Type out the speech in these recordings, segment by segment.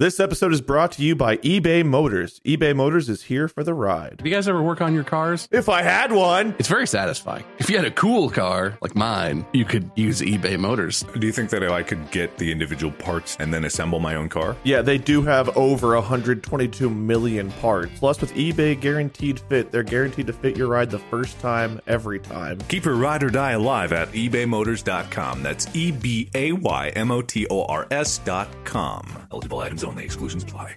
This episode is brought to you by eBay Motors. eBay Motors is here for the ride. Do you guys ever work on your cars? If I had one, It's very satisfying. If you had a cool car like mine, you could use eBay Motors. Do you think that I could get the individual parts and then assemble my own car? yeah, they do have over 122 million parts. Plus, with eBay Guaranteed Fit, they're guaranteed to fit your ride the first time, every time. Keep your ride or die alive at ebaymotors.com. That's E B A Y M O T O R S.com. Eligible items only, exclusions apply.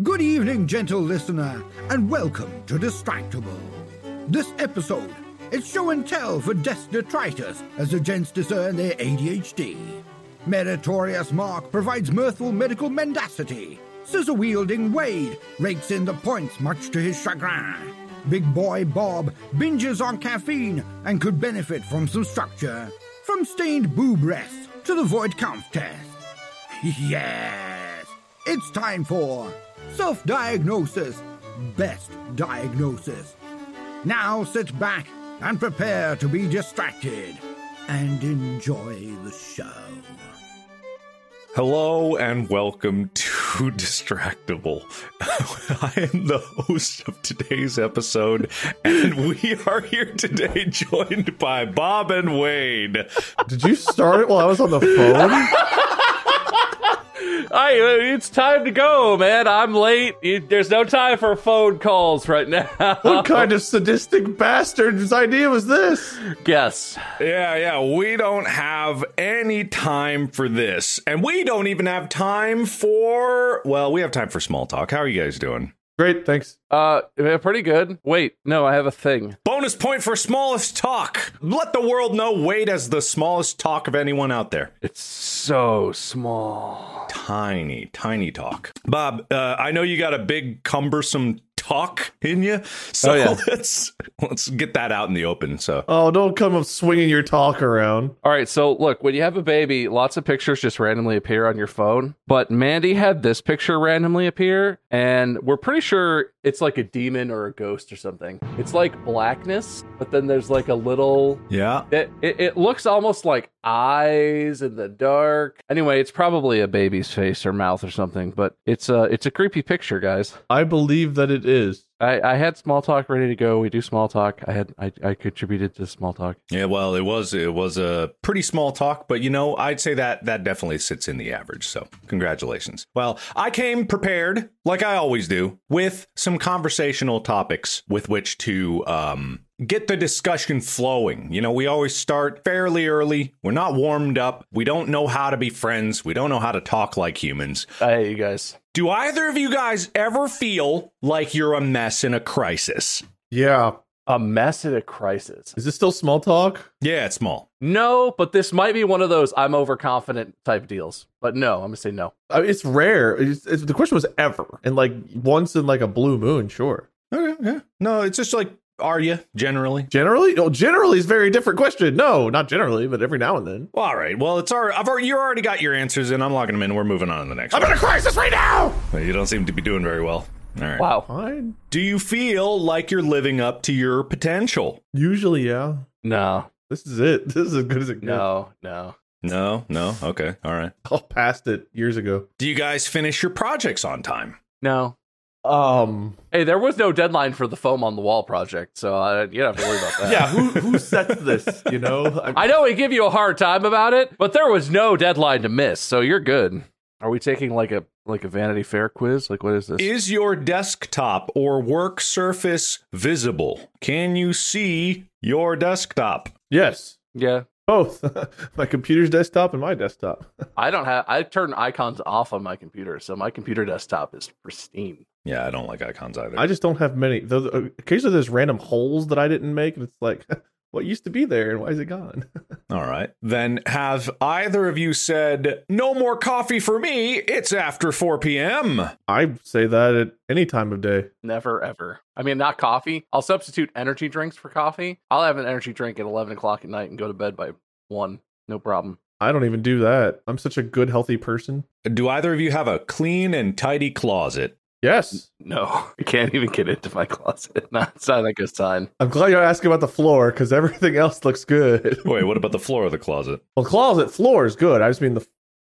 Good evening, gentle listener, and welcome to Distractable. This episode, it's show and tell for desk detritus as the gents discern their ADHD. Meritorious Mark provides mirthful medical mendacity. Scissor wielding Wade rakes in the points much to his chagrin. Big boy Bob binges on caffeine and could benefit from some structure. From stained boob rests to the void count test. Yes! It's time for self diagnosis, best diagnosis. Now sit back and prepare to be distracted and enjoy the show. Hello and welcome to Distractable. I am the host of today's episode, and we are here today joined by Bob and Wade. Did you start it while I was on the phone? I, uh, it's time to go, man. I'm late. It, there's no time for phone calls right now. What kind of sadistic bastard's idea was this? Guess. Yeah, yeah, we don't have any time for this, and we don't even have time for. Well, we have time for small talk. How are you guys doing? Great, thanks. Uh, yeah, pretty good. Wait, no, I have a thing. Bonus point for smallest talk. Let the world know Wade has the smallest talk of anyone out there. It's so small. tiny, tiny talk. Bob, uh, I know you got a big cumbersome talk in you, so Oh, yeah. let's let's get that out in the open. So Oh, don't come up swinging your talk around. All right, so look, when you have a baby, lots of pictures just randomly appear on your phone. But Mandy had this picture randomly appear, and we're pretty sure it's like a demon or a ghost or something. It's like blackness, but then there's like a little yeah, It, it, it looks almost like eyes in the dark. Anyway, it's probably a baby's face or mouth or something, but it's a it's a creepy picture, guys. I believe that it is. I, I had small talk ready to go. We do small talk. I had I, I contributed to small talk. yeah. Well, it was it was a pretty small talk, but you know, I'd say that that definitely sits in the average. So congratulations. Well, I came prepared, like I always do, with some conversational topics with which to um. Get the discussion flowing. You know, we always start fairly early. We're not warmed up. We don't know how to be friends. We don't know how to talk like humans. I hate you guys. Do either of you guys ever feel like you're a mess in a crisis? Yeah. A mess at a crisis. Is this still small talk? Yeah, it's small. No, but this might be one of those I'm overconfident type deals. But no, I'm gonna say no. I mean, it's rare. It's, it's, the question was ever, and like once in like a blue moon, sure. Okay, yeah. No, it's just like, are you generally? Generally, no. Generally is a very different question. No, not generally, but every now and then. All right. Well, it's all right. I've already, you already got your answers, and I'm locking them in. We're moving on to the next I'm in a crisis right now. one. You don't seem to be doing very well. All right. Wow. Fine. Do you feel like you're living up to your potential? Usually, yeah. No, This is it. This is as good as it gets. no, no. No, no. Okay. All right. All past it years ago. Do you guys finish your projects on time? No. Um. Hey, there was no deadline for the foam on the wall project, so I, you don't have to worry about that. Yeah. Who who sets this? You know. I, I know we give you a hard time about it, but there was no deadline to miss, so you're good. Are we taking like a like a Vanity Fair quiz? Like what is this? Is your desktop or work surface visible? Can you see your desktop? Yes. yeah. Both my computer's desktop and my desktop. I don't have I turn icons off on my computer, so my computer desktop is pristine. Yeah, I don't like icons either. I just don't have many. Those, occasionally, there's random holes that I didn't make, and it's like, what used to be there, and why is it gone? All right. Then have either of you said, no more coffee for me? It's after 4 p.m. I say that at any time of day. Never ever. I mean not coffee. I'll substitute energy drinks for coffee. I'll have an energy drink at eleven o'clock at night and go to bed by one. No problem. I don't even do that. I'm such a good, healthy person. Do either of you have a clean and tidy closet? Yes. No. I can't even get into my closet. No, it's not a good sign. I'm glad you're asking about the floor because everything else looks good. Wait, what about the floor of the closet? Well, closet floor is good. I just mean the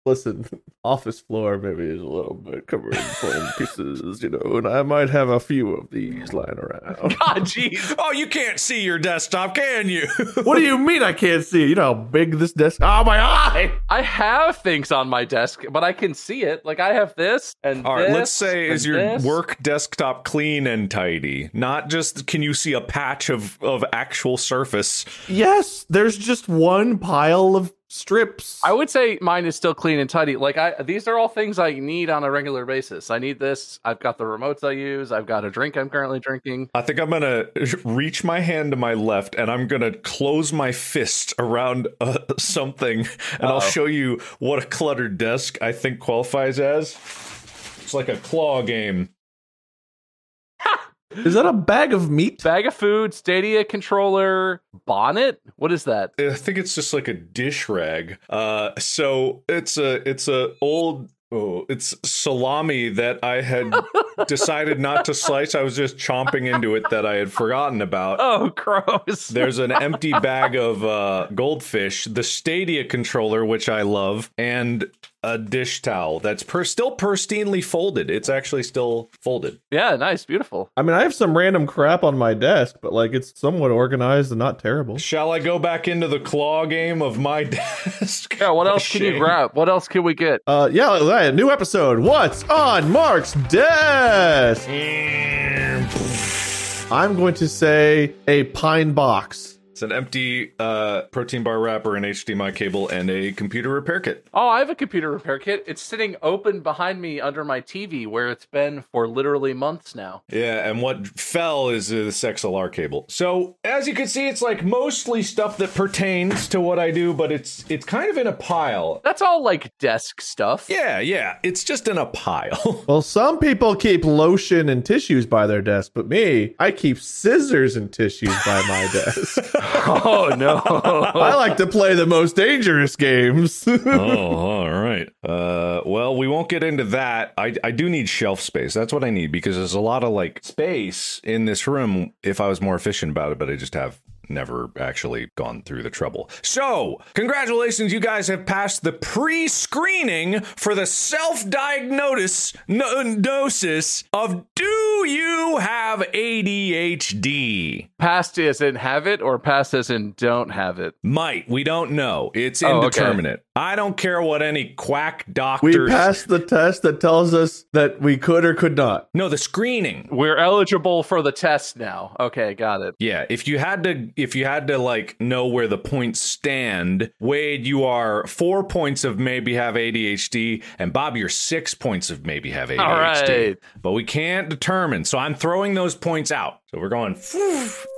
listen office floor maybe is a little bit covered in foam pieces, you know, and I might have a few of these lying around. God jeez. Oh, you can't see your desktop, can you? what do you mean I can't see? You know how big this desk? Oh my eye! I have things on my desk, but I can see it. Like I have this and All right, this let's say and is your this. work desktop clean and tidy? Not just can you see a patch of of actual surface? Yes, there's just one pile of strips. I would say mine is still clean and tidy. Like I these are all things I need on a regular basis. I need this. I've got the remotes I use. I've got a drink I'm currently drinking. I think I'm going to reach my hand to my left and I'm going to close my fist around uh, something and I'll show you what a cluttered desk I think qualifies as. It's like a claw game. is that a bag of meat? Bag of food, Stadia controller, bonnet. What is that? I think it's just like a dish rag. Uh, so it's a it's a old oh, it's salami that I had decided not to slice. I was just chomping into it that I had forgotten about. Oh, gross. There's an empty bag of uh, goldfish, the Stadia controller, which I love, and a dish towel that's per- still pristinely folded. It's actually still folded. yeah, nice, beautiful. I mean, I have some random crap on my desk, but like it's somewhat organized and not terrible. Shall I go back into the claw game of my desk? Oh, Yeah, what else can you Shame. grab? What else can we get? Uh, yeah, all right, new episode. What's on Mark's desk? I'm going to say a pine box. It's an empty uh, protein bar wrapper, an HDMI cable, and a computer repair kit. Oh, I have a computer repair kit. It's sitting open behind me under my TV where it's been for literally months now. Yeah, and what fell is this XLR cable. So as you can see, it's like mostly stuff that pertains to what I do, but it's it's kind of in a pile. That's all like desk stuff. Yeah, yeah, it's just in a pile. Well, some people keep lotion and tissues by their desk, but me, I keep scissors and tissues by my desk. Oh no. I like to play the most dangerous games. oh, all right. Uh, well, we won't get into that. I, I do need shelf space. That's what I need because there's a lot of like space in this room if I was more efficient about it, but I just have never actually gone through the trouble. So, congratulations, you guys have passed the pre-screening for the self-diagnosis no, dosis of do you have ADHD? Past as in have it or past as in don't have it. Might, we don't know. It's Oh, okay. indeterminate. I don't care what any quack we doctor passed the test that tells us that we could or could not. No, the screening. We're eligible for the test now. Okay, got it. Yeah, if you had to if you had to like know where the points stand, Wade, you are 4 points of maybe have ADHD and Bob you're 6 points of maybe have ADHD. All right. But we can't determine. So I'm throwing those points out. So we're going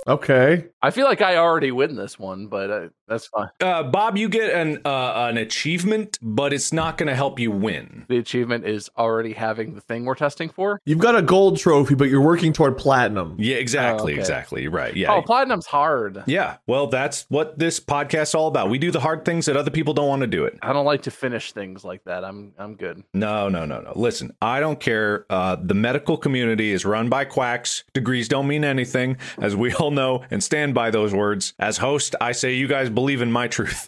Okay. I feel like I already win this one, but uh, that's fine. uh, Bob you get an uh, an achievement, but it's not going to help you win. The achievement is already having the thing we're testing for. You've got a gold trophy, but you're working toward platinum. Yeah, exactly, Oh, okay. exactly. Right. Yeah. Oh, platinum's hard. yeah. Well, that's what this podcast's all about. We do the hard things that other people don't want to do it. I don't like to finish things like that. I'm I'm good. No, no, no, no. Listen, I don't care. Uh, the medical community is run by quacks. Degrees don't mean anything, as we all know, and stand by those words. As host, I say you guys believe in my truth.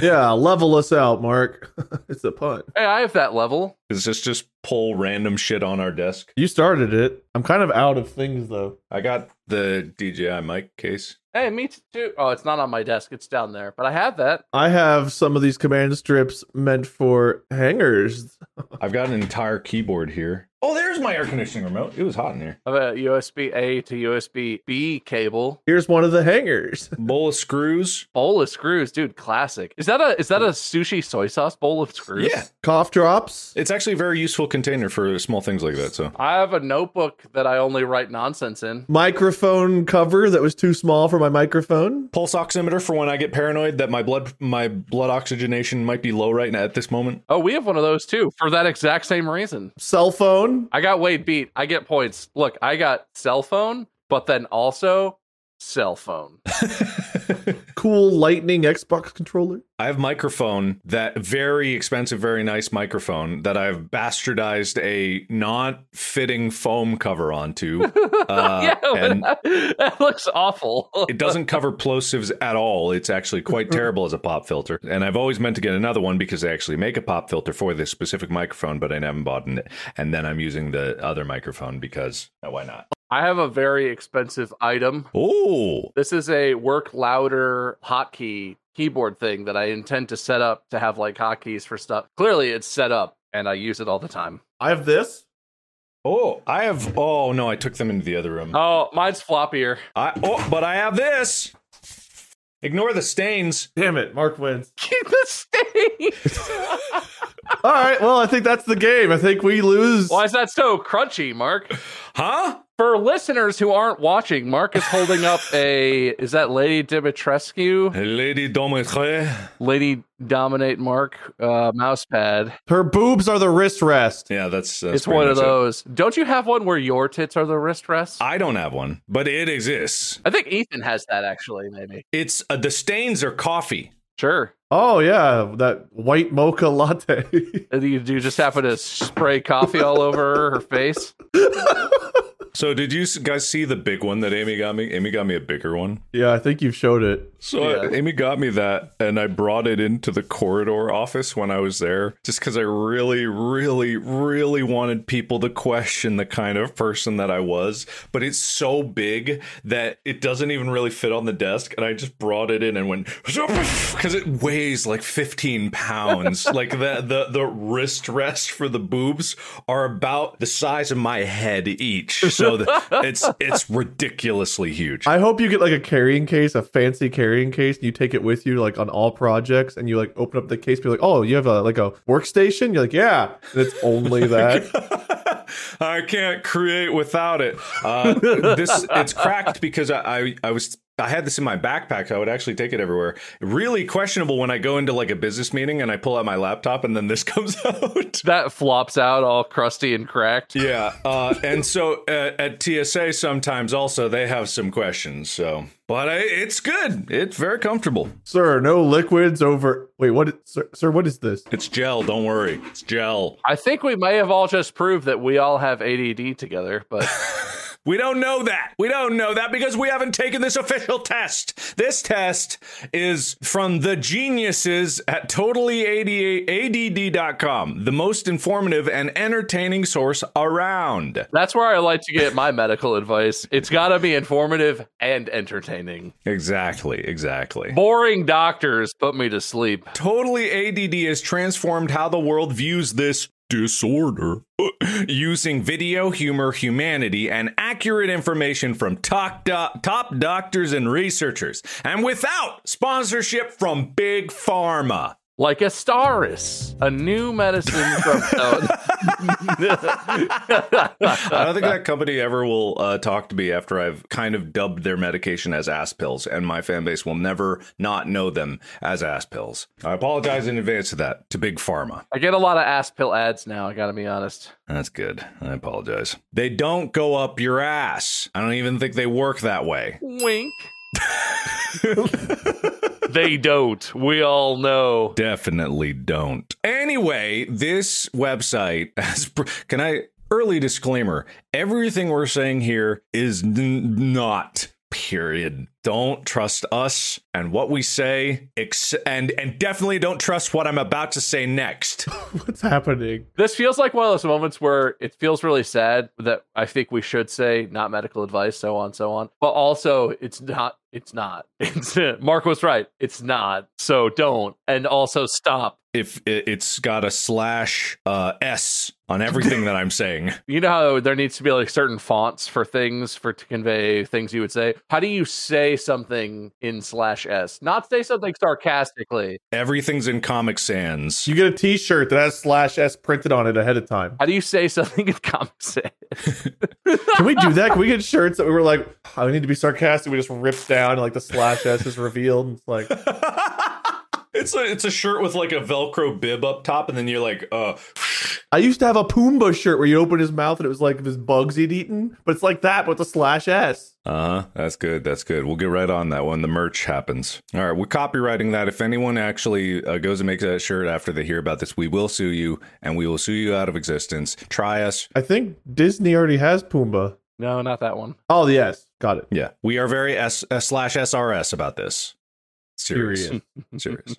Yeah, level us out, Mark. it's a punt. Hey, I have that level. Is this just pull random shit on our desk? You started it. I'm kind of out of things though. I got the DJI mic case. Hey, me too. Oh, it's not on my desk. It's down there. But I have that. I have some of these command strips meant for hangers. I've got an entire keyboard here. Oh, there's my air conditioning remote. It was hot in here. I have a USB A to USB B cable. Here's one of the hangers. Bowl of screws. Bowl of screws, dude. Classic. Is that a is that a sushi soy sauce bowl of screws? Yeah. Cough drops. It's actually a very useful container for small things like that. So I have a notebook that I only write nonsense in. Microphone cover that was too small for my microphone. pulse oximeter for when I get paranoid that my blood my blood oxygenation might be low right now at this moment. Oh, we have one of those too for that exact same reason. Cell phone. I got way beat. I get points. Look, I got cell phone, but then also cell phone. Cool lightning Xbox controller. I have microphone that very expensive, very nice microphone that I've bastardized a not fitting foam cover onto. Uh, yeah, but and that, that looks awful. it doesn't cover plosives at all. It's actually quite terrible as a pop filter. And I've always meant to get another one because they actually make a pop filter for this specific microphone, but I haven't bought it. And then I'm using the other microphone because oh, why not? I have a very expensive item Oh, This is a work louder hotkey keyboard thing that I intend to set up to have like hotkeys for stuff. Clearly, it's set up and I use it all the time. I have this. oh, I have. Oh no, I took them into the other room. Oh, mine's floppier. I, oh, but I have this. Ignore the stains. Damn it, Mark wins. Keep the stain. All right, well, I think that's the game. I think we lose. Why is that so crunchy, Mark? Huh? For listeners who aren't watching, Mark is holding up a. Is that Lady Dimitrescu? Lady Domitre. Lady Dominate Mark uh, mouse pad. Her boobs are the wrist rest. Yeah, that's, that's It's pretty one of much it. those. Don't you have one where your tits are the wrist rest? I don't have one, but it exists. I think Ethan has that actually, maybe. It's uh, the stains are coffee. Sure. Oh yeah, that white mocha latte. And You, you just happen to spray coffee all over her face. So did you s- guys see the big one that Amy got me? Amy got me a bigger one. yeah, I think you've showed it. So I- Yeah. Amy got me that, and I brought it into the corridor office when I was there, just because I really, really, really wanted people to question the kind of person that I was. But it's so big that it doesn't even really fit on the desk, and I just brought it in and went because it weighs like 15 pounds. like the the the wrist rest for the boobs are about the size of my head each, so the, it's it's ridiculously huge. I hope you get like a carrying case, a fancy carrying case, and you take it with you like on all projects, and you like open up the case, be like, "Oh, you have a like a workstation?" You're like, "Yeah," and it's only that. I can't create without it. Uh, this it's cracked because I, I I was I had this in my backpack. I would actually take it everywhere. Really questionable when I go into like a business meeting and I pull out my laptop and then this comes out. That flops out all crusty and cracked. yeah, uh, and so at, at TSA sometimes also they have some questions. So, but I, it's good. It's very comfortable. sir, no liquids over. Wait, what, is, sir, sir? What is this? It's gel. Don't worry, it's gel. I think we may have all just proved that we all have ADD together, but We don't know that. We don't know that because we haven't taken this official test. This test is from the geniuses at totallyADD.com, the most informative and entertaining source around. that's where I like to get my medical advice. It's got to be informative and entertaining. Exactly, exactly. Boring doctors put me to sleep. Totally ADD has transformed how the world views this disorder using video, humor, humanity, and accurate information from top, do- top doctors and researchers, and without sponsorship from Big Pharma. Like Astaris, a new medicine from. I don't think that company ever will uh, talk to me after I've kind of dubbed their medication as ass pills, and my fan base will never not know them as ass pills. I apologize in advance for that to Big Pharma. I get a lot of ass pill ads now, I got to be honest. That's good. I apologize. They don't go up your ass. I don't even think they work that way. Wink. they don't. We all know. Definitely don't. Anyway, this website has. pr- Can I? Early disclaimer everything we're saying here is n- not. Period. Don't trust us and what we say, ex- and and definitely don't trust what I'm about to say next. What's happening? This feels like one of those moments where it feels really sad that I think we should say not medical advice, so on, so on. But also, it's not It's not. It's, Mark was right. It's not. So don't. And also stop. If it, it's got a slash uh, S on everything that I'm saying, You know how there needs to be like certain fonts for things for to convey things you would say. How do you say something in slash s? Not say something sarcastically. everything's in Comic Sans. You get a T-shirt that has slash S printed on it ahead of time. How do you say something in common sense? Can we do that? Can we get shirts that we were like, I need to be sarcastic? We just ripped down and like the slash S is revealed. And it's like, it's a it's a shirt with like a Velcro bib up top, and then you're like, uh, I used to have a Pumbaa shirt where you open his mouth and it was like his bugs he'd eaten, but it's like that with the slash S. Uh huh. That's good. That's good. We'll get right on that when the merch happens. All right. We're copywriting that. If anyone actually uh, goes and makes that shirt after they hear about this, we will sue you and we will sue you out of existence. Try us. I think Disney already has Pumbaa. No, not that one. Oh, the S. Got it. Yeah. We are very S, S slash SRS about this. Serious. Serious.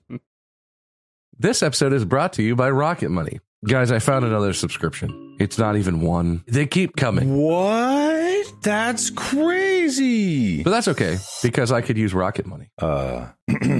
This episode is brought to you by Rocket Money. Guys, I found another subscription. It's not even one. They keep coming. What? That's crazy. But that's okay because I could use Rocket Money. Uh,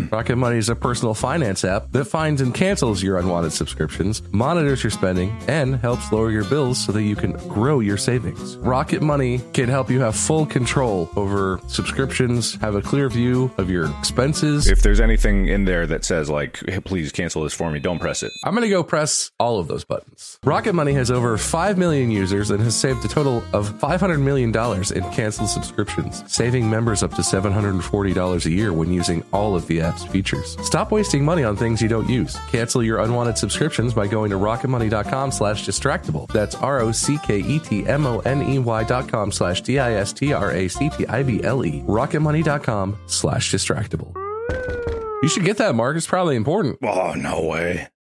Rocket Money is a personal finance app that finds and cancels your unwanted subscriptions, monitors your spending, and helps lower your bills so that you can grow your savings. Rocket Money can help you have full control over subscriptions, have a clear view of your expenses. if there's anything in there that says, like, "Hey, please cancel this for me, don't press it. I'm going to go press all of those buttons. Rocket Money has over 5 million users and has saved a total of $500 million in canceled subscriptions, saving members up to $740 a year when using all of the app's features. Stop wasting money on things you don't use. Cancel your unwanted subscriptions by going to rocketmoney.com slash distractible. That's E R-O-C-K-E-T-M-O-N-E-Y dot com slash D-I-S-T-R-A-C-T-I-V-L-E. Rocketmoney.com slash distractible. You should get that, Mark. It's probably important. Oh, no way.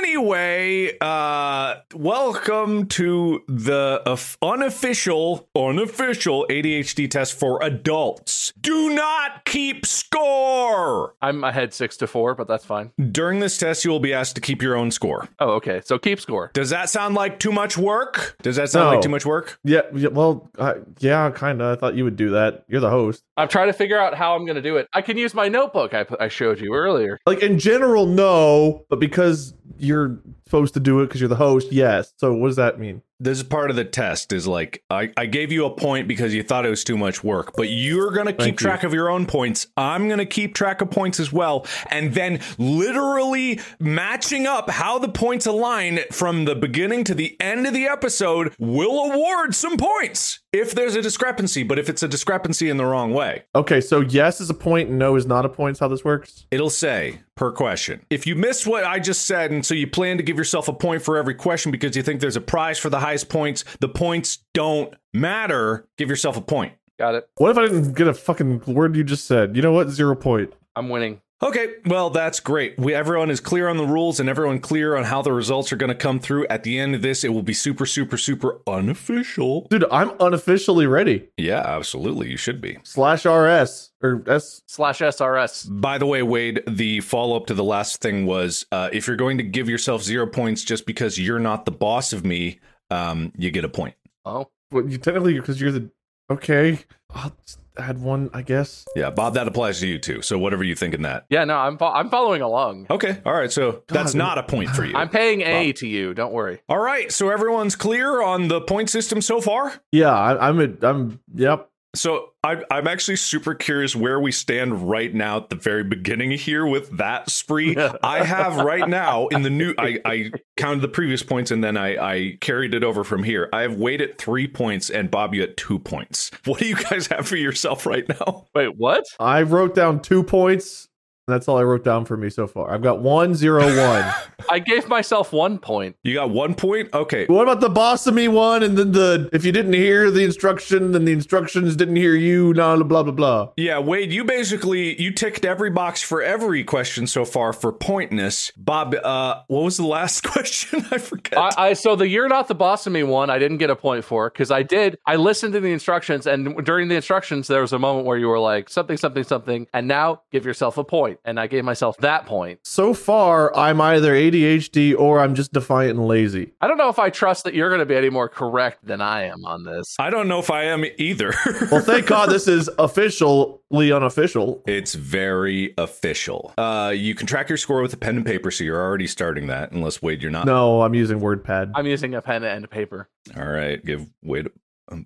Anyway, uh, welcome to the of- unofficial, unofficial ADHD test for adults. Do not keep score. I'm ahead six to four, but that's fine. During this test, you will be asked to keep your own score. Oh, okay. So keep score. Does that sound like too much work? Does that sound No. like too much work? Yeah, yeah, well, I, yeah, kind of. I thought you would do that. You're the host. I'm trying to figure out how I'm going to do it. I can use my notebook I, I showed you earlier. Like in general, no, but because you're supposed to do it because you're the host, yes. So what does that mean? This is part of the test is like I, I gave you a point because you thought it was too much work, but you're gonna keep Thank you. track of your own points. I'm gonna keep track of points as well, and then literally matching up how the points align from the beginning to the end of the episode will award some points if there's a discrepancy, but if it's a discrepancy in the wrong way. Okay, so yes is a point and no is not a point. Is how this works? It'll say per question. If you missed what I just said, and so you plan to give yourself a point for every question because you think there's a prize for the highest points, the points don't matter. Give yourself a point. Got it. What if I didn't get a fucking word you just said? You know what? Zero point. I'm winning. Okay, well, that's great. We, everyone is clear on the rules and everyone clear on how the results are going to come through. At the end of this, it will be super, super, super unofficial. Dude, I'm unofficially ready. Yeah, absolutely. You should be. Slash RS or S. Slash SRS. By the way, Wade, the follow up to the last thing was uh, if you're going to give yourself zero points just because you're not the boss of me, um, you get a point. Oh, Well, you technically because you're the okay. I'll just add one, I guess. Yeah, Bob, that applies to you too. So whatever you think in that. yeah. No, I'm fo- I'm following along. Okay, all right. So that's God. not a point for you. I'm paying A to you. Don't worry. all right, so everyone's clear on the point system so far. Yeah, I, I'm. A, I'm. Yep. So I'm I'm actually super curious where we stand right now at the very beginning here with that spree. I have right now in the new I, I counted the previous points and then I, I carried it over from here. I have Wade at three points and Bobby at two points. What do you guys have for yourself right now? Wait, what? I wrote down two points. That's all I wrote down for me so far. I've got one, zero, one. I gave myself one point. You got one point? Okay. what about the boss of me one? And then the if you didn't hear the instruction, then the instructions didn't hear you. Nah, blah blah blah. Yeah, Wade, you basically you ticked every box for every question so far for pointness. Bob, uh, what was the last question? I forget. I, I so the you're not the boss of me one I didn't get a point for because I did I listened to the instructions and during the instructions there was a moment where you were like something something something and now give yourself a point and I gave myself that point. So far, I'm either ADHD or I'm just defiant and lazy. I don't know if I trust that you're going to be any more correct than I am on this. I don't know if I am either. Well, thank God this is officially unofficial. It's very official. Uh, you can track your score with a pen and paper, so you're already starting that. Unless Wade, you're not. No, I'm using WordPad. I'm using a pen and paper. All right, give Wade a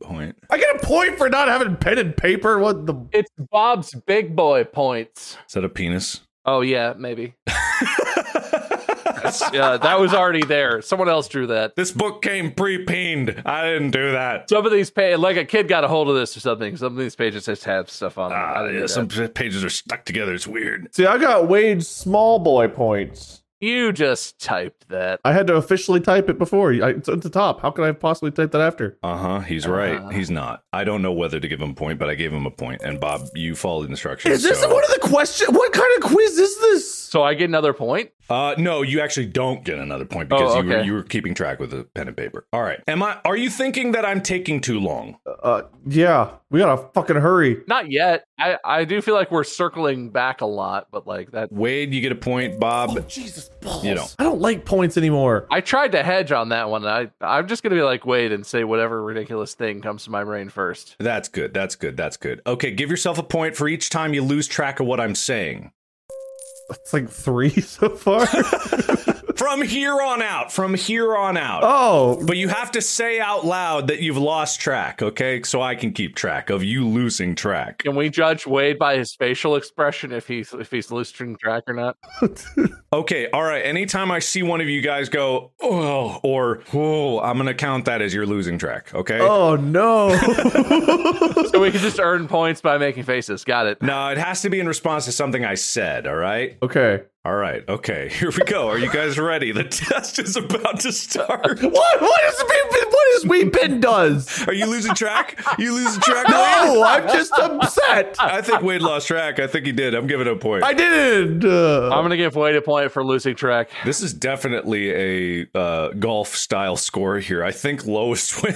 point. I get a point for not having pen and paper. What the? It's Bob's big boy points. Is that a penis? Oh yeah, maybe. yeah, that was already there. Someone else drew that. This book came pre-peened. I didn't do that. Some of these pages, like a kid got a hold of this or something. Some of these pages just have stuff on them. I Ah, didn't do yeah, that. some pages are stuck together. It's weird. See, I got Wade's small boy points. You just typed that. I had to officially type it before. I, it's at the top. How can I possibly type that after? Uh huh. He's Uh-huh. right. He's not. I don't know whether to give him a point, but I gave him a point. And Bob, you followed instructions. Is this so- one of the questions? What kind of quiz is this? So I get another point. Uh, no, you actually don't get another point because Oh, you were okay. you were keeping track with the pen and paper. All right. Am I? Are you thinking that I'm taking too long? Uh, yeah, we gotta fucking hurry. Not yet. I, I do feel like we're circling back a lot, but like that. Wade, you get a point. Bob, Jesus balls! You don't. I don't like points anymore. I tried to hedge on that one. I I'm just gonna be like wait and say whatever ridiculous thing comes to my brain first. That's good. That's good. That's good. Okay, give yourself a point for each time you lose track of what I'm saying. It's like three so far. From here on out, from here on out. oh, But you have to say out loud that you've lost track, okay? So I can keep track of you losing track. Can we judge Wade by his facial expression if he's if he's losing track or not? Okay, all right. Anytime I see one of you guys go, oh, or, oh, I'm going to count that as you're losing track, okay? oh no! So we can just earn points by making faces. Got it. No, it has to be in response to something I said, all right? okay. All right, okay. Here we go. Are you guys ready? The test is about to start. What? What is we? What is we? Been does? Are you losing track? You losing track? Wade? No, I'm just upset. I think Wade lost track. I think he did. I'm giving it a point. I didn't. Uh, I'm gonna give Wade a point for losing track. this is definitely a uh, golf style score here. I think lowest win.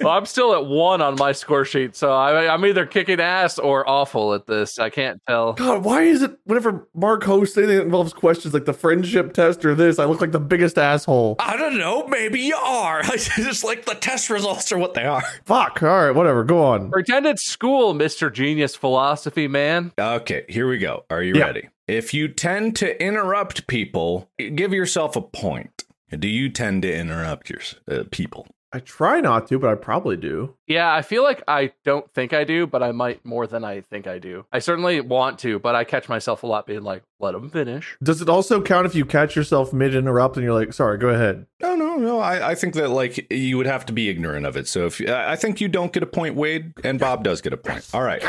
Well, I'm still at one on my score sheet, so I, I'm either kicking ass or awful at this. I can't tell. God, why is it whenever Mark hosts anything that involves questions like the friendship test or this, I look like the biggest asshole? I don't know. Maybe you are. I just like the test results are what they are. Fuck. All right, whatever. Go on. Pretend it's school, Mr. Genius Philosophy Man. Okay, here we go. Are you Yeah. ready? If you tend to interrupt people, give yourself a point. Do you tend to interrupt your uh, people? I try not to, but I probably do. Yeah, I feel like I don't think I do, but I might more than I think I do. I certainly want to, but I catch myself a lot being like, let him finish. Does it also count if you catch yourself mid interrupt and you're like, sorry, go ahead? No, no, no. I, I think that like you would have to be ignorant of it. So if I I think you don't get a point, Wade, and Bob does get a point. All right.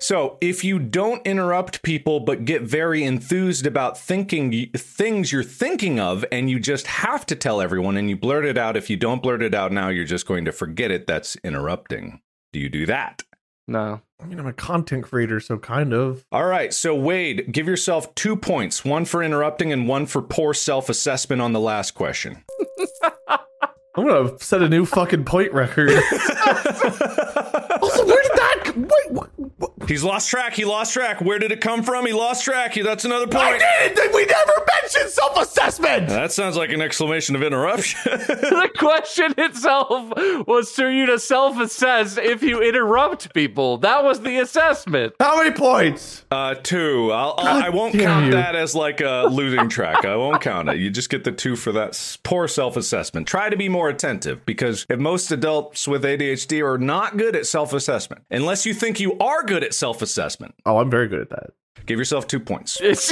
So if you don't interrupt people but get very enthused about thinking y- things you're thinking of, and you just have to tell everyone, and you blurt it out. If you don't blurt it out now, you're just going to forget it. That's interrupting. Do you do that? No. I mean, I'm a content creator, so kind of. All right, so Wade, give yourself two points one for interrupting and one for poor self assessment on the last question. I'm gonna set a new fucking point record. also, where did that? Wait, what, what- He's lost track. He lost track. Where did it come from? He lost track. He- That's another point. did. We never mentioned self-assessment. That sounds like an exclamation of interruption. the question itself was to you to self-assess if you interrupt people. That was the assessment. How many points? Uh, two. I'll, I'll, I won't damn count you. that as like a losing track. I won't count it. You just get the two for that s- poor self-assessment. Try to be more attentive because if most adults with ADHD are not good at self-assessment, unless you think you are good at self-assessment, Oh, I'm very good at that. give yourself two points. It's,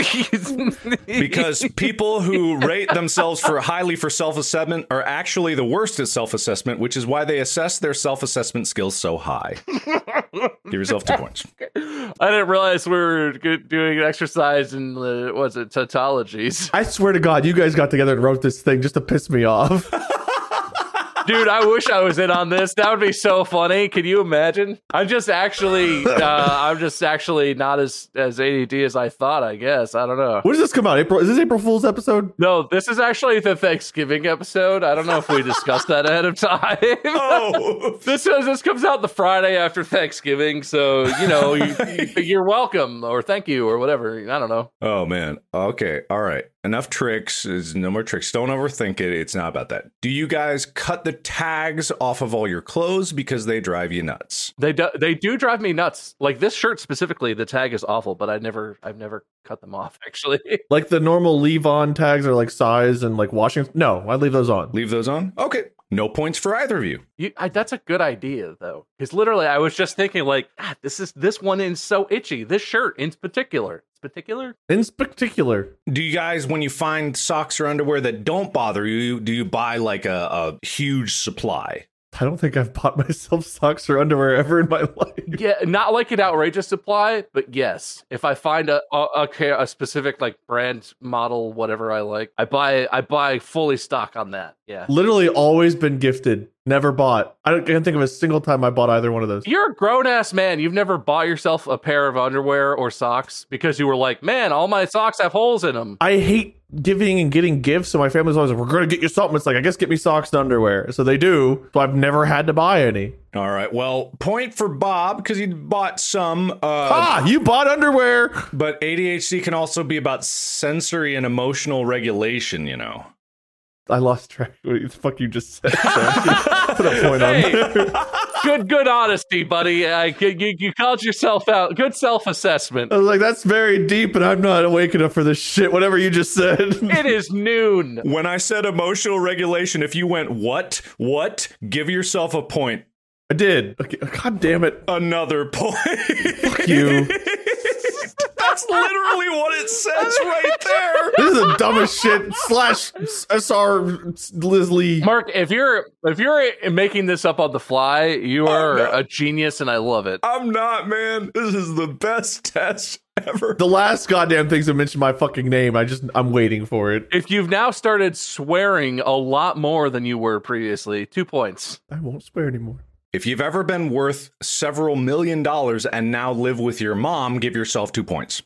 Because people who rate themselves for highly for self-assessment are actually the worst at self-assessment, which is why they assess their self-assessment skills so high. give yourself two points. I didn't realize we were go- doing an exercise in the, what was it tautologies, I swear to God, you guys got together and wrote this thing just to piss me off. dude. I wish I was in on this. That would be so funny. Can you imagine? I'm just actually, uh, I'm just actually not as as ADD as I thought. I guess I don't know. When does this come out? April? Is this April Fool's episode? No, this is actually the Thanksgiving episode. I don't know if we discussed that ahead of time. Oh, This is, this comes out the Friday after Thanksgiving, so you know you, you, are welcome or thank you or whatever. I don't know. Oh man. Okay. All right. Enough tricks. There's no more tricks. Don't overthink it. It's not about that. Do you guys cut the tags off of all your clothes because they drive you nuts? They do, they do drive me nuts. Like this shirt specifically, the tag is awful, but I never I've never cut them off actually. Like the normal leave-on tags are like size and like Washington. No, I leave those on. Leave those on? Okay. No points for either of you. You, I, that's a good idea though, because literally I was just thinking like, God, this is this one is so itchy. This shirt in particular, it's particular. In particular, Do you guys, when you find socks or underwear that don't bother you, do you buy like a, a huge supply? I don't think I've bought myself socks or underwear ever in my life. Yeah, not like an outrageous supply, but yes, if I find a a, a, ca- a specific like brand model, whatever I like, I buy I buy fully stock on that. Yeah, Literally always been gifted, never bought. I don't, can't think of a single time I bought either one of those. you're a grown ass man. You've never bought yourself a pair of underwear or socks because you were like, man, all my socks have holes in them. I hate giving and getting gifts, so my family's always like, "We're gonna get you something." It's like, I guess get me socks and underwear. So they do. So I've never had to buy any. All right. Well, point for Bob because he bought some. Uh, ah, you bought underwear. But ADHD can also be about sensory and emotional regulation, you know. I lost track. of What the fuck you just said? So I'm gonna put a point on there. Good, good honesty, buddy. I, you, you- you called yourself out. Good self assessment. I was like, that's very deep, and I'm not awake enough for this shit. Whatever you just said. It is noon. When I said emotional regulation, if you went, what? What? Give yourself a point. I did. Okay, uh, God damn it. Another point. Fuck you. That's literally what it says right there. This is the dumbest shit slash SR Lizzie. Mark, if you're if you're making this up on the fly, Oh, you are a genius, and I love it. I'm not, man. This is the best test ever. The last goddamn things that mentioned my fucking name. I just I'm waiting for it. If you've now started swearing a lot more than you were previously, two points. I won't swear anymore. If you've ever been worth several million dollars and now live with your mom, give yourself two points.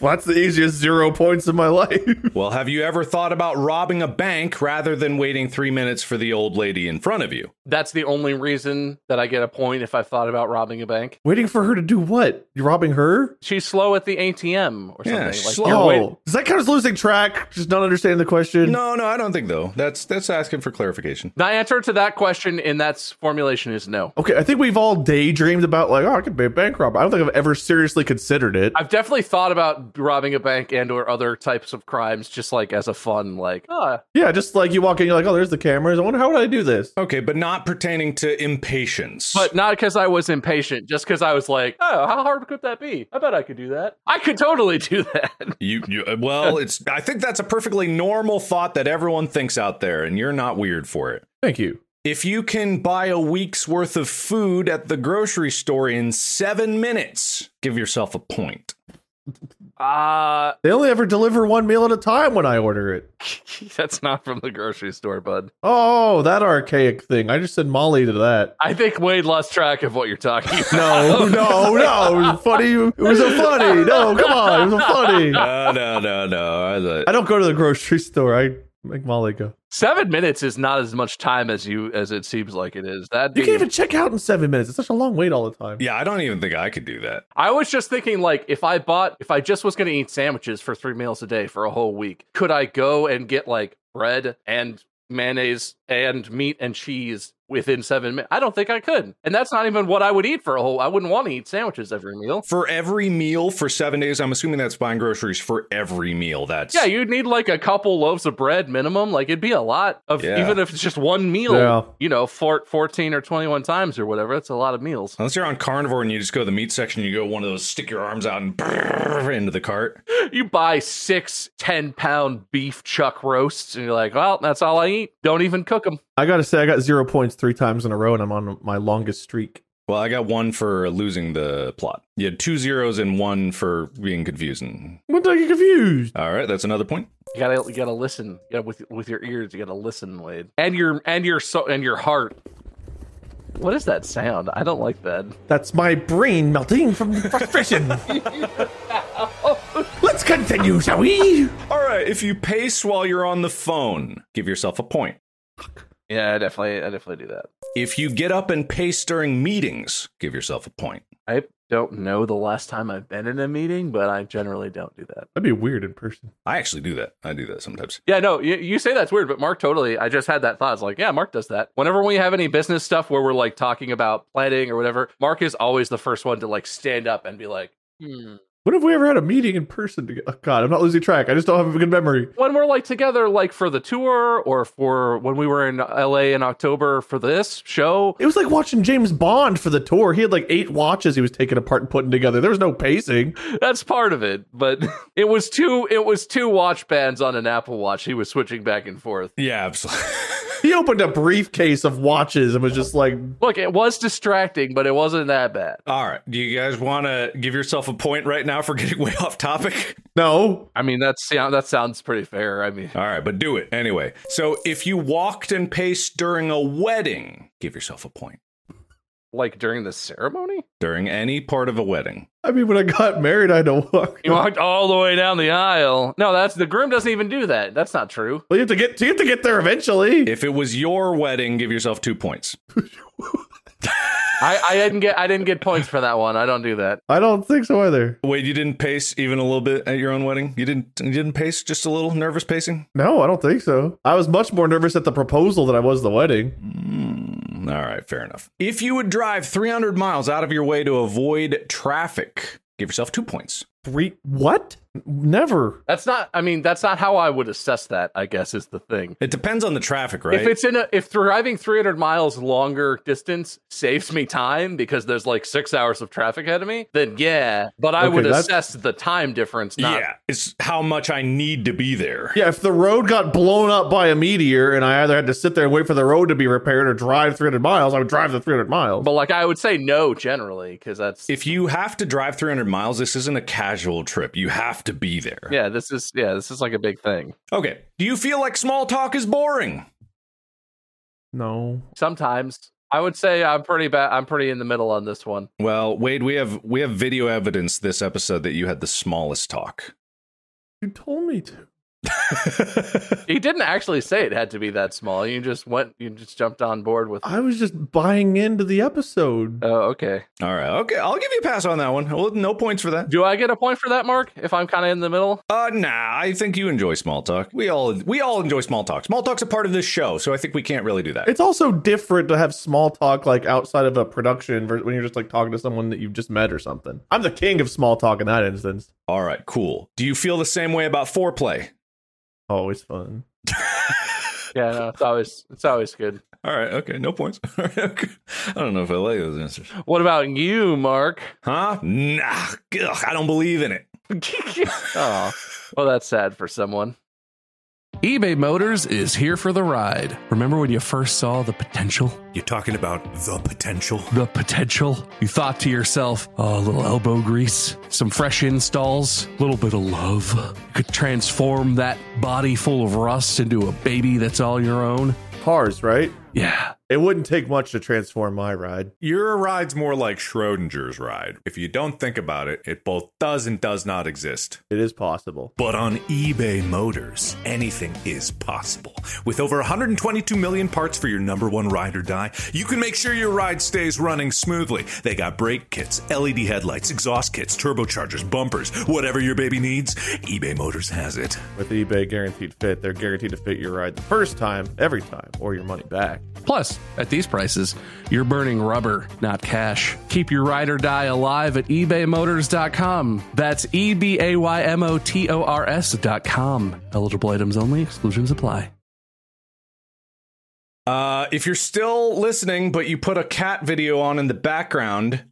That's the easiest zero points in my life. Well, have you ever thought about robbing a bank rather than waiting three minutes for the old lady in front of you? That's the only reason that I get a point if I've thought about robbing a bank. Waiting for her to do what? You're robbing her? She's slow at the ATM or something. Yeah, like, slow. you're Oh, wait- does that count as losing track? Just not understanding the question. No, no, I don't think though. That's that's asking for clarification. The answer to that question in that s- formulation is no. Okay, I think we've all daydreamed about like, oh, I could be a bank robber. I don't think I've ever seriously considered it. I've definitely thought about robbing a bank and or other types of crimes just like as a fun like ah, yeah, just like you walk in, you're like, oh, there's the cameras. I wonder how would I do this? Okay, but not pertaining to impatience. But not because I was impatient, just because I was like, oh, how hard could that be? I bet I could do that. I could totally do that. you, you well, it's I think that's a perfectly normal thought that everyone thinks out there and you're not weird for it. Thank you. If you can buy a week's worth of food at the grocery store in 7 minutes, give yourself a point. Ah, They only ever deliver one meal at a time when I order it. that's not from the grocery store, bud. Oh, that archaic thing. I just said Molly to that. I think Wade lost track of what you're talking about. No, no, no. It was funny. It was a funny. No, come on. It was a funny. No, no, no, no. I don't go to the grocery store. I Make Molly go. Seven minutes is not as much time as you as it seems like it is. That You can't even check out in seven minutes. It's such a long wait all the time. Yeah, I don't even think I could do that. I was just thinking, like, if I bought, if I just was going to eat sandwiches for three meals a day for a whole week, could I go and get like bread and mayonnaise and meat and cheese within seven minutes? I don't think I could. And that's not even what I would eat for a whole, I wouldn't want to eat sandwiches every meal. For every meal for seven days, I'm assuming that's buying groceries for every meal. That's Yeah, you'd need like a couple loaves of bread minimum. Like it'd be a lot of, Yeah. even if it's just one meal, Yeah. you know, four, 14 or 21 times or whatever. That's a lot of meals. Unless you're on carnivore and you just go to the meat section, you go one of those, stick your arms out and brrr into the cart. you buy six 10 pound beef chuck roasts and you're like well that's all i eat don't even cook them I gotta say, I got zero points three times in a row, and I'm on my longest streak. Well, I got one for losing the plot. You had two zeros and one for being confusing. What are you confused? All right, that's another point. you gotta you gotta listen you gotta, with with your ears you gotta listen wade and your and your so and your heart what is that sound i don't like that That's my brain melting from frustration. Let's continue, shall we? All right, if you pace while you're on the phone, give yourself a point. yeah i definitely i definitely do that If you get up and pace during meetings, give yourself a point. i don't know the last time i've been in a meeting but i generally don't do that That'd be weird in person. I actually do that. I do that sometimes. Yeah, no, you, you say that's weird, but Mark totally. I just had that thought. It's like, yeah, Mark does that. Whenever we have any business stuff where we're like talking about planning or whatever, Mark is always the first one to like stand up and be like, hmm. When have we ever had a meeting in person? To oh, God, I'm not losing track. I just don't have a good memory. when we're like together, like for the tour or for when we were in LA in October for this show. It was like watching James Bond for the tour. He had like eight watches he was taking apart and putting together. There was no pacing. That's part of it, but it was two. It was two watch bands on an Apple Watch. He was switching back and forth. Yeah, absolutely. He opened a briefcase of watches and was just like, Look, it was distracting, but it wasn't that bad. All right. Do you guys want to give yourself a point right now for getting way off topic? no. I mean, that's that sounds pretty fair. I mean, All right, but do it anyway. So if you walked and paced during a wedding, give yourself a point. like during the ceremony. During any part of a wedding. I mean, when I got married, I had to walk. You walked all the way down the aisle. No, that's the groom doesn't even do that. That's not true. Well, you have to get you have to get there eventually. If it was your wedding, give yourself two points. I, I didn't get I didn't get points for that one. I don't do that. I don't think so either. Wait, you didn't pace even a little bit at your own wedding? You didn't you didn't pace just a little nervous pacing? No, I don't think so. I was much more nervous at the proposal than I was the wedding. All right, fair enough. If you would drive 300 miles out of your way to avoid traffic, give yourself two points. Three what? Never. That's not I mean, that's not how I would assess that, I guess is the thing. It depends on the traffic, right? If it's in a if driving 300 miles longer distance saves me time because there's like 6 hours of traffic ahead of me, then yeah, but I Okay, would that's- assess the time difference not yeah, it's how much I need to be there. Yeah, if the road got blown up by a meteor and I either had to sit there and wait for the road to be repaired or drive 300 miles, I would drive the 300 miles. but like I would say no generally cuz that's If you have to drive 300 miles, this isn't a casual trip. You have to be there. yeah, this is yeah, this is like a big thing. Okay. Do you feel like small talk is boring? No. Sometimes I would say I'm pretty bad I'm pretty in the middle on this one. Well, Wade, we have we have video evidence this episode that you had the smallest talk. You told me to. He didn't actually say it had to be that small. You just went, you just jumped on board with. I was just buying into the episode. Oh, okay. All right. Okay, I'll give you a pass on that one. Well, no points for that. Do I get a point for that, Mark? If I'm kind of in the middle, Uh nah, I think you enjoy small talk. We all we all enjoy small talk. Small talk's a part of this show, so I think we can't really do that. It's also different to have small talk like outside of a production versus when you're just like talking to someone that you've just met or something. I'm the king of small talk in that instance. all right, cool. Do you feel the same way about foreplay? Always fun. yeah, no, it's always it's always good. All right, okay, no points. All right, okay. I don't know if I like those answers. What about you, Mark? Huh? Nah. Ugh, I don't believe in it. oh, well, that's sad for someone. eBay Motors is here for the ride. Remember when you first saw the potential? You're talking about the potential. The potential? You thought to yourself, oh, a little elbow grease, some fresh installs, a little bit of love. Could transform that body full of rust into a baby that's all your own. Cars, right? Yeah. It wouldn't take much to transform my ride. Your ride's more like Schrodinger's ride. If you don't think about it, it both does and does not exist. It is possible. But on eBay Motors, anything is possible. With over 122 million parts for your number one ride or die, you can make sure your ride stays running smoothly. They got brake kits, LED headlights, exhaust kits, turbochargers, bumpers, whatever your baby needs, eBay Motors has it. With eBay Guaranteed Fit, they're guaranteed to fit your ride the first time, every time, or your money back. Plus, at these prices, you're burning rubber, not cash. Keep your ride or die alive at ebaymotors.com. That's E B A Y M O T O R S.com. Eligible items only, exclusions apply. Uh, if you're still listening, but you put a cat video on in the background,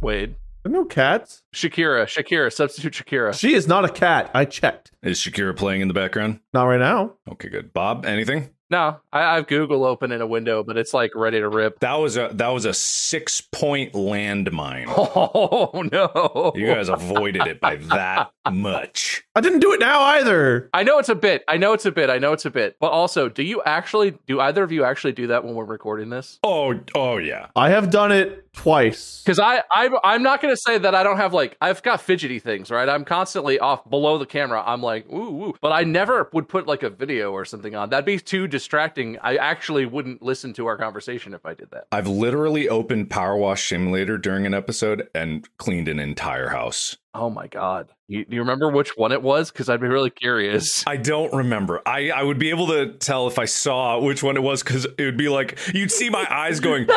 Wade. There are no cats. Shakira, Shakira, substitute Shakira. She is not a cat. I checked. is Shakira playing in the background? Not right now. Okay, good. Bob, anything? No, I, I've Google open in a window, but it's like ready to rip. That was a that was a six point landmine. Oh no! You guys avoided it by that much. I didn't do it now either. I know it's a bit. I know it's a bit. I know it's a bit. But also, do you actually? Do either of you actually do that when we're recording this? Oh, oh yeah. I have done it twice. Because I, I, I'm not gonna say that I don't have like I've got fidgety things, right? I'm constantly off below the camera. I'm like ooh, ooh. but I never would put like a video or something on. That'd be too distracting. I actually wouldn't listen to our conversation if I did that. I've literally opened Power Wash Simulator during an episode and cleaned an entire house. Oh my god! You, do you remember which one it was? Because I'd be really curious. I don't remember. I, I would be able to tell if I saw which one it was because it would be like you'd see my eyes going.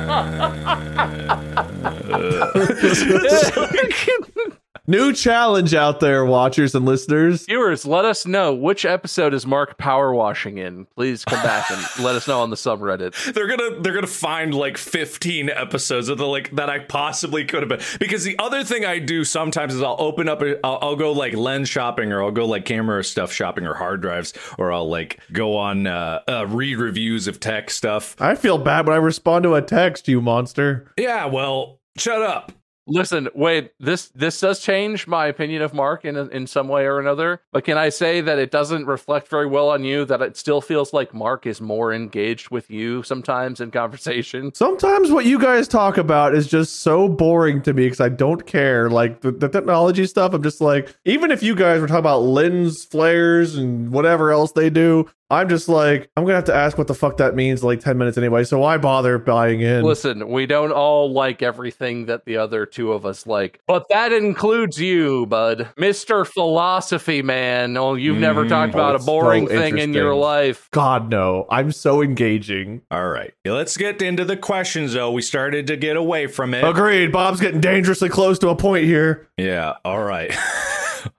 New challenge out there, watchers and listeners. Viewers, let us know which episode is Mark power washing in. Please come back and let us know on the subreddit. they're gonna they're gonna find like 15 episodes of the like that i possibly could have been because the other thing i do sometimes is i'll open up a, I'll, I'll go like lens shopping or i'll go like camera stuff shopping or hard drives or i'll like go on uh, uh read reviews of tech stuff I feel bad when I respond to a text, you monster. yeah well shut up Listen, wait. This this does change my opinion of Mark in in some way or another. But can I say that it doesn't reflect very well on you? That it still feels like Mark is more engaged with you sometimes in conversation. Sometimes what you guys talk about is just so boring to me because I don't care. Like the, the technology stuff, I'm just like, even if you guys were talking about lens flares and whatever else they do, I'm just like, I'm gonna have to ask what the fuck that means in like 10 minutes anyway. So why bother buying in? Listen, we don't all like everything that the other two of us like, but that includes you, bud, Mister Philosophy Man. Oh, you've never Mm. talked about Oh, a it's so boring thing in your interesting. life. God no, I'm so engaging. all right Yeah, let's get into the questions though we started to get away from it Agreed. Bob's getting dangerously close to a point here. yeah all right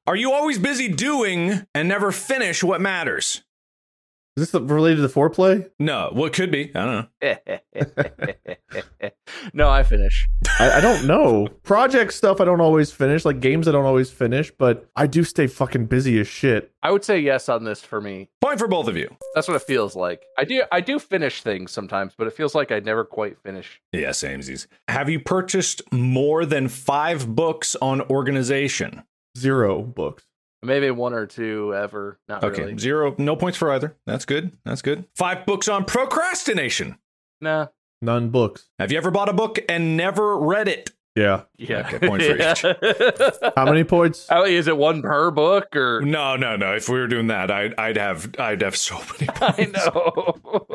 are you always busy doing and never finish what matters Is this the, related to the foreplay? no what could be i don't know no, I finish. I, I don't know. Project stuff I don't always finish, like games I don't always finish, but I do stay fucking busy as shit. I would say yes on this for me. point for both of you That's what it feels like. I do I do finish things sometimes, but it feels like I never quite finish. Yeah, samesies. Have you purchased more than five books on organization? Zero books. Maybe one or two ever. Not Okay, really. zero, no points for either. That's good. That's good. Five books on procrastination. Nah. None books. Have you ever bought a book and never read it? Yeah. Yeah. Okay, point for each. Yeah. How many points? Oh, is it one per book or No, no, no. If we were doing that, I'd, I'd have, I'd have so many. Points. I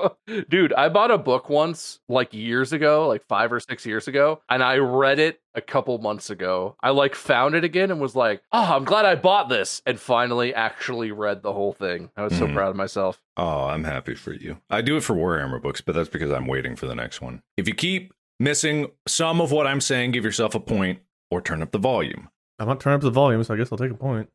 know. Dude, I bought a book once like years ago, like 5 or 6 years ago, and I read it a couple months ago. I like found it again and was like, "Oh, I'm glad I bought this." And finally actually read the whole thing. I was so Mhm. proud of myself. Oh, I'm happy for you. I do it for Warhammer books, but that's because I'm waiting for the next one. If you keep missing some of what I'm saying, give yourself a point or turn up the volume. I'm not turning up the volume, so I guess I'll take a point.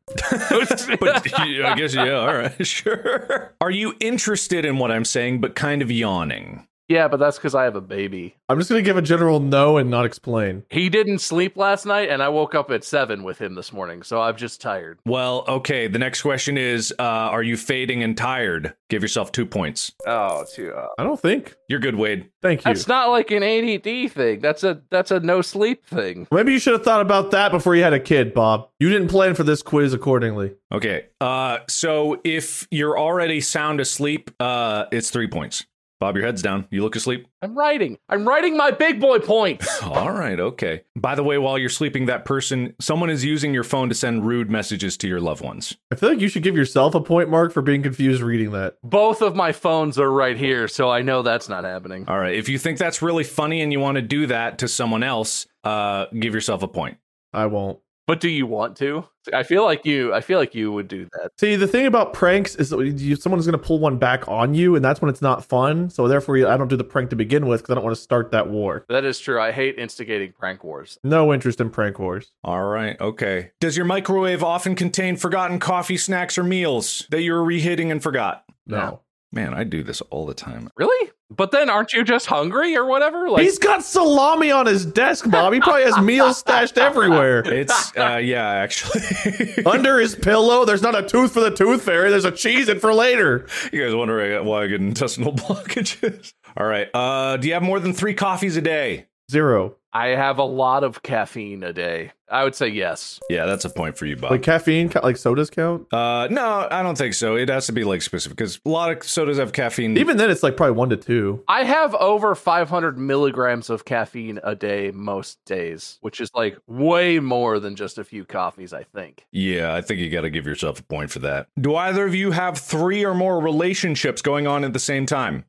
but yeah, I guess yeah. All right, sure. Are you interested in what I'm saying, but kind of yawning? Yeah, but that's cuz I have a baby. I'm just gonna give a general no and not explain. He didn't sleep last night, and I woke up at seven with him this morning, so I'm just tired. Well, okay. The next question is: uh, Are you fading and tired? Give yourself two points. Oh, too. Uh, I don't think. You're good, Wade. Thank you. that's not like an ADD thing. That's a that's a no sleep thing. Maybe you should have thought about that before you had a kid, Bob. You didn't plan for this quiz accordingly. Okay. Uh, so if you're already sound asleep, uh, it's three points. Bob, your head's down. You look asleep. I'm writing. I'm writing my big boy points. All right, okay. By the way, while you're sleeping, that person, someone is using your phone to send rude messages to your loved ones. I feel like you should give yourself a point mark for being confused reading that. Both of my phones are right here, so I know that's not happening. All right, if you think that's really funny and you want to do that to someone else, uh, give yourself a point. I won't. But do you want to? I feel like you. I feel like you would do that. See, the thing about pranks is that you, someone's going to pull one back on you, and that's when it's not fun. So therefore, I don't do the prank to begin with because I don't want to start that war. That is true. I hate instigating prank wars. No interest in prank wars. All right, okay. Does your microwave often contain forgotten coffee, snacks, or meals that you were reheating and forgot? No. Man, I do this all the time. Really? But then aren't you just hungry or whatever? Like He's got salami on his desk, Bob. He probably has meals stashed everywhere. It's, uh, yeah, actually. Under his pillow, there's not a tooth for the tooth fairy. There's a cheese in for later. You guys wondering why I get intestinal blockages? All right. Uh, do you have more than three coffees a day? Zero. I have a lot of caffeine a day. I would say yes. Yeah, that's a point for you, Bob. Like caffeine, ca- like sodas count. Um, uh, no, I don't think so. It has to be like specific because a lot of sodas have caffeine. Even then, it's like probably one to two. I have over 500 milligrams of caffeine a day most days, which is like way more than just a few coffees, I think. yeah, I think you got to give yourself a point for that. Do either of you have three or more relationships going on at the same time?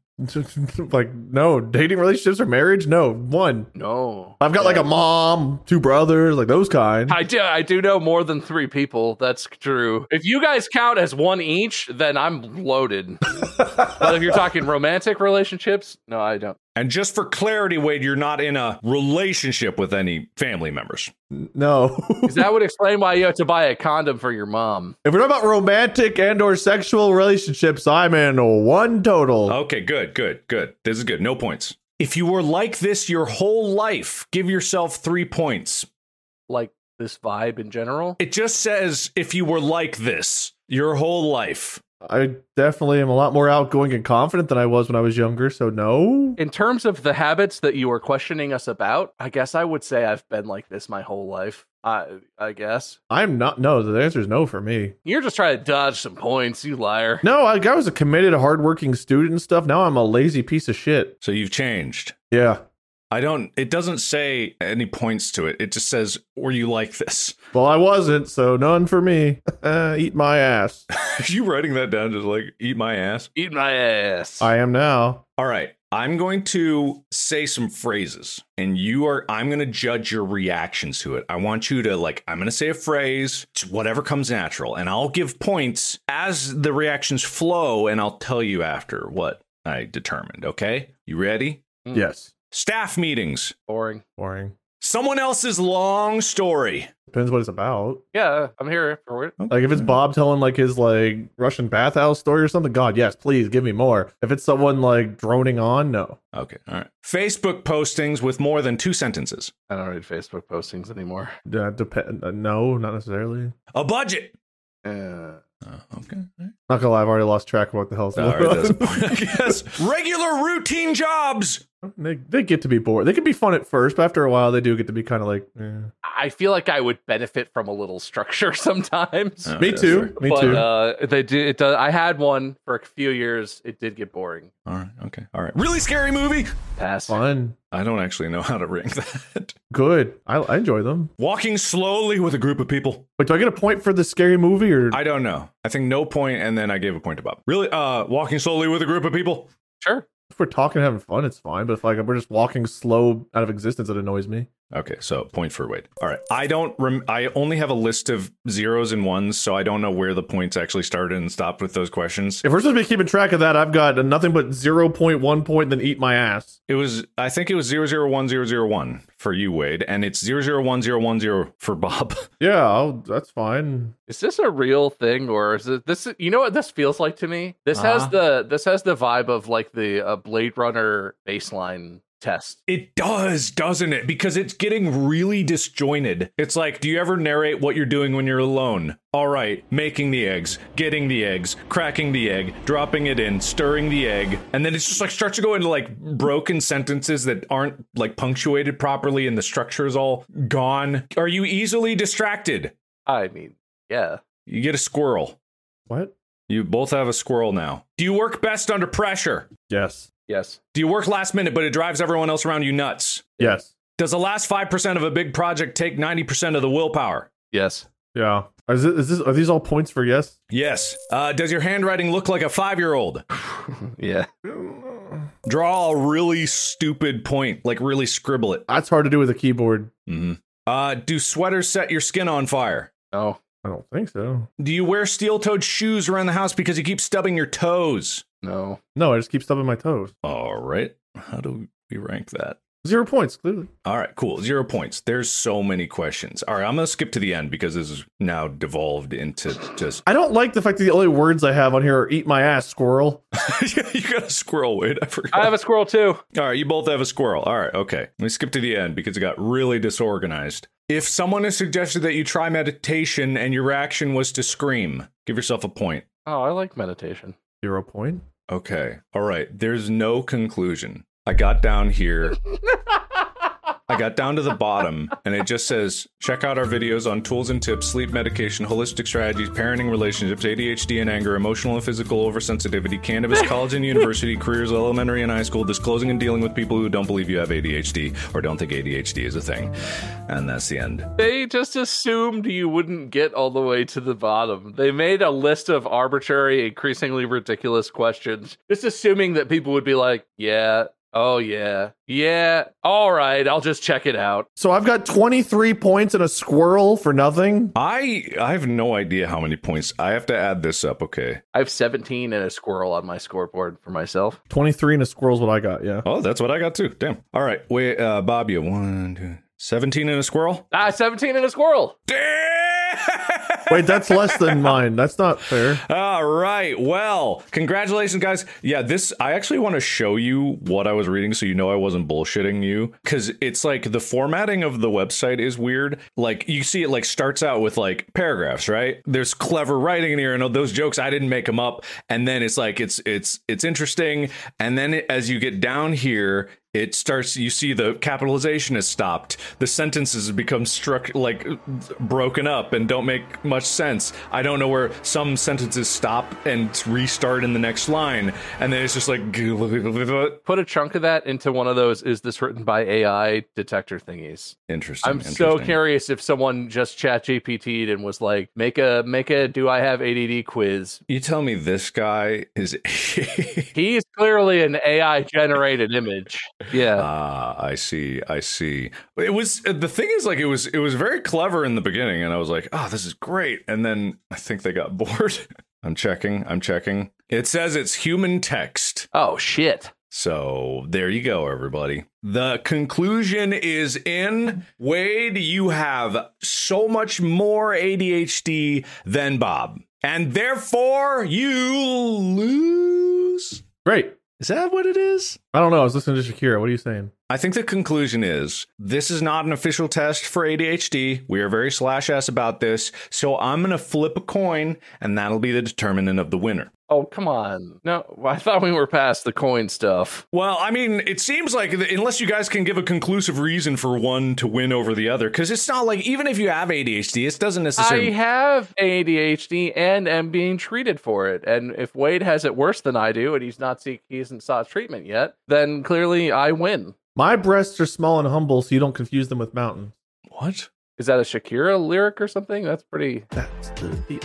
like no dating relationships or marriage. No one. No. I've got like a mom, two brothers, like those kind. I do I do know more than 3 people. That's true. If you guys count as one each, then I'm loaded. but if you're talking romantic relationships, no, I don't. And just for clarity, Wade, you're not in a relationship with any family members. No. 'Cause that would explain why you have to buy a condom for your mom. if we're talking about romantic and or sexual relationships, I'm in one total. Okay, good, good, good. This is good. No points. If you were like this your whole life, give yourself three points. Like this vibe in general. It just says if you were like this your whole life. I definitely am a lot more outgoing and confident than I was when I was younger, so no. In terms of the habits that you were questioning us about, I guess I would say I've been like this my whole life. I I guess I'm not no, the answer is no for me. you're just trying to dodge some points, you liar. No, I, I was a committed, hardworking student and stuff. Now I'm a lazy piece of shit. So you've changed. Yeah. I don't, it doesn't say any points to it. It just says, were you like this? Well, I wasn't, so none for me. Eat my ass. Are you writing that down just like, eat my ass? Eat my ass. I am now. All right. I'm going to say some phrases and you are, I'm going to judge your reactions to it. I want you to, like, I'm going to say a phrase, it's whatever comes natural, and I'll give points as the reactions flow and I'll tell you after what I determined. Okay. You ready? Mm. Yes. Staff meetings. Boring. Boring. Someone else's long story. Depends what it's about. Yeah, I'm here for it. Like if it's Bob telling like his like Russian bathhouse story or something, God, yes, please give me more. If it's someone like droning on, no. Okay. All right. Facebook postings with more than two sentences. I don't read Facebook postings anymore. Uh, depend. Uh, no, not necessarily. A budget. Uh, okay. Not gonna lie, I've already lost track of what the hell's All going right. That's on. a point, I guess. Regular routine jobs. They, they get to be bored. They can be fun at first, but after a while, they do get to be kind of like. eh. I feel like I would benefit from a little structure sometimes. Oh, Me yeah, too. sorry. Me but too. uh, they did. It does, I had one for a few years. It did get boring. All right. Okay. All right. Really scary movie. Pass. fun. I don't actually know how to rank that. Good. I, I enjoy them. Walking slowly with a group of people. But do I get a point for the scary movie or? I don't know. I think no point, and then I gave a point to Bob. Really? Uh, walking slowly with a group of people. Sure. if we're talking and having fun, it's fine. But if like we're just walking slow out of existence, it annoys me. Okay, so point for Wade. All right, I don't. Rem- I only have a list of zeros and ones, so I don't know where the points actually started and stopped with those questions. If we're supposed to be keeping track of that, I've got nothing but zero point one point. Then eat my ass. It was, I think it was zero zero one zero zero one for you, Wade, and it's zero zero one zero one zero for Bob. Yeah, I'll, that's fine. Is this a real thing or is it this you know what this feels like to me? This Uh-huh. has the this has the vibe of like the uh, Blade Runner baseline test. It does, doesn't it? Because it's getting really disjointed. It's like, do you ever narrate what you're doing when you're alone? All right, making the eggs, getting the eggs, cracking the egg, dropping it in, stirring the egg, and then it's just like starts to go into like broken sentences that aren't like punctuated properly and the structure is all gone. Are you easily distracted? I mean, yeah. You get a squirrel. What? You both have a squirrel now. Do you work best under pressure? Yes. Yes. Do you work last minute, but it drives everyone else around you nuts? Yes. Does the last 5% of a big project take 90% of the willpower? Yes. Yeah. Is this, is this are these all points for yes? Yes. Uh, does your handwriting look like a five year old? Yeah. Draw a really stupid point, like really scribble it. That's hard to do with a keyboard. Mm-hmm. Uh, do sweaters set your skin on fire? Oh. I don't think so. Do you wear steel toed shoes around the house because you keep stubbing your toes? No. No, I just keep stubbing my toes. All right. How do we rank that? Zero points, clearly. All right, cool. Zero points. There's so many questions. All right, I'm going to skip to the end because this is now devolved into just. I don't like the fact that the only words I have on here are "eat my ass, squirrel." Yeah, you got a squirrel, Wade. I forgot. I have a squirrel too. All right, you both have a squirrel. All right, okay. Let me skip to the end because it got really disorganized. If someone has suggested that you try meditation and your reaction was to scream, give yourself a point. Oh, I like meditation. Zero point. Okay. All right. There's no conclusion. I got down here. I got down to the bottom and it just says check out our videos on tools and tips, sleep medication, holistic strategies, parenting relationships, ADHD and anger, emotional and physical oversensitivity, cannabis, college and university, careers, elementary and high school, disclosing and dealing with people who don't believe you have ADHD or don't think ADHD is a thing. And that's the end. They just assumed you wouldn't get all the way to the bottom. They made a list of arbitrary, increasingly ridiculous questions, just assuming that people would be like, yeah, oh, yeah, yeah, all right, I'll just check it out. So I've got twenty-three points and a squirrel for nothing. I I have no idea how many points. I have to add this up, okay. I have 17 and a squirrel on my scoreboard for myself. Twenty-three and a squirrel's what I got. Yeah. Oh, that's what I got too. Damn. All right. Wait, uh Bob, you one, two, 17 and a squirrel? Ah, 17 and a squirrel. Damn! Wait, that's less than mine. That's not fair. All right. Well, congratulations, guys. Yeah, this, I actually want to show you what I was reading so you know I wasn't bullshitting you. Cause it's like the formatting of the website is weird. Like, you see, it like starts out with like paragraphs, right? There's clever writing in here, and those jokes, I didn't make them up. And then it's like, it's, it's, it's interesting. And then it- as you get down here, it starts you see the capitalization is stopped the sentences become struck like broken up and don't make much sense i don't know where some sentences stop and restart in the next line and then it's just like Put a chunk of that into one of those is this written by AI detector thingies. interesting I'm so interesting. curious if someone just chat GPT'd and was like, make a make a do I have ADD quiz. you tell me this guy is He's clearly an AI generated image. Yeah. Ah, I see. I see. It was the thing is like it was it was very clever in the beginning, and I was like, oh, this is great. And then I think they got bored. I'm checking. I'm checking. It says it's human text. Oh shit. So there you go, everybody. The conclusion is in. Wade, you have so much more ADHD than Bob, and therefore you lose. Great. Is that what it is? I don't know. I was listening to Shakira. What are you saying? I think the conclusion is this is not an official test for ADHD. We are very slash ass about this. So I'm going to flip a coin and that'll be the determinant of the winner. Oh come on. No, I thought we were past the coin stuff. Well, I mean, it seems like th- unless you guys can give a conclusive reason for one to win over the other, because it's not like even if you have ADHD, it doesn't I necessarily. have ADHD and am being treated for it. And if Wade has it worse than I do, and he's not seek he hasn't sought treatment yet, then clearly I win. My breasts are small and humble, so you don't confuse them with mountains. what? Is that a Shakira lyric or something? That's pretty. That's the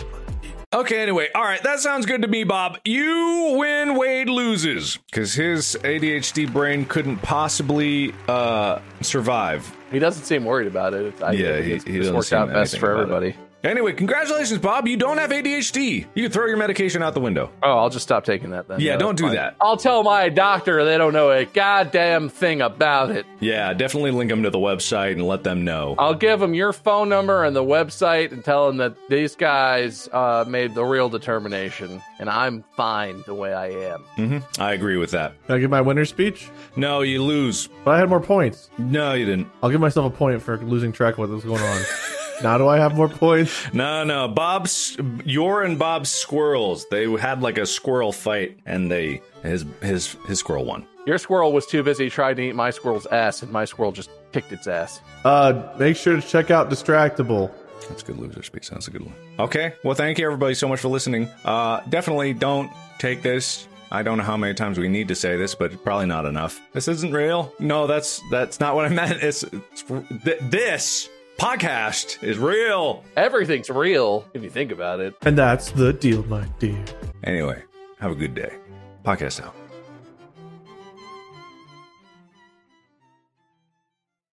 Okay, anyway, all right, that sounds good to me, Bob. You win, Wade loses, because his ADHD brain couldn't possibly uh, survive. He doesn't seem worried about it. It's- I Yeah, think he- it's, he it's doesn't worked seem out best anything for about it. everybody. Anyway, congratulations, Bob. You don't have ADHD. You can throw your medication out the window. Oh, I'll just stop taking that then. Yeah, No, don't that's do fine. that. I'll tell my doctor they don't know a goddamn thing about it. Yeah, definitely link them to the website and let them know. I'll give them your phone number and the website and tell them that these guys uh, made the real determination, and I'm fine the way I am. I agree with that. Can I give my winner speech? No, you lose. But I had more points. No, you didn't. I'll give myself a point for losing track of what was going on. now do I have more points? No, no. Bob's your and Bob's squirrels. They had like a squirrel fight and they his his his squirrel won. Your squirrel was too busy trying to eat my squirrel's ass, and my squirrel just kicked its ass. Uh, make sure to check out Distractable. That's a good loser speech. That's a good one. Okay. Well, thank you everybody so much for listening. Uh definitely don't take this I don't know how many times we need to say this, but probably not enough. This isn't real. No, that's that's not what I meant. It's, it's th- this podcast is real. Everything's real if you think about it. And that's the deal, my dear. Anyway, have a good day. Podcast out.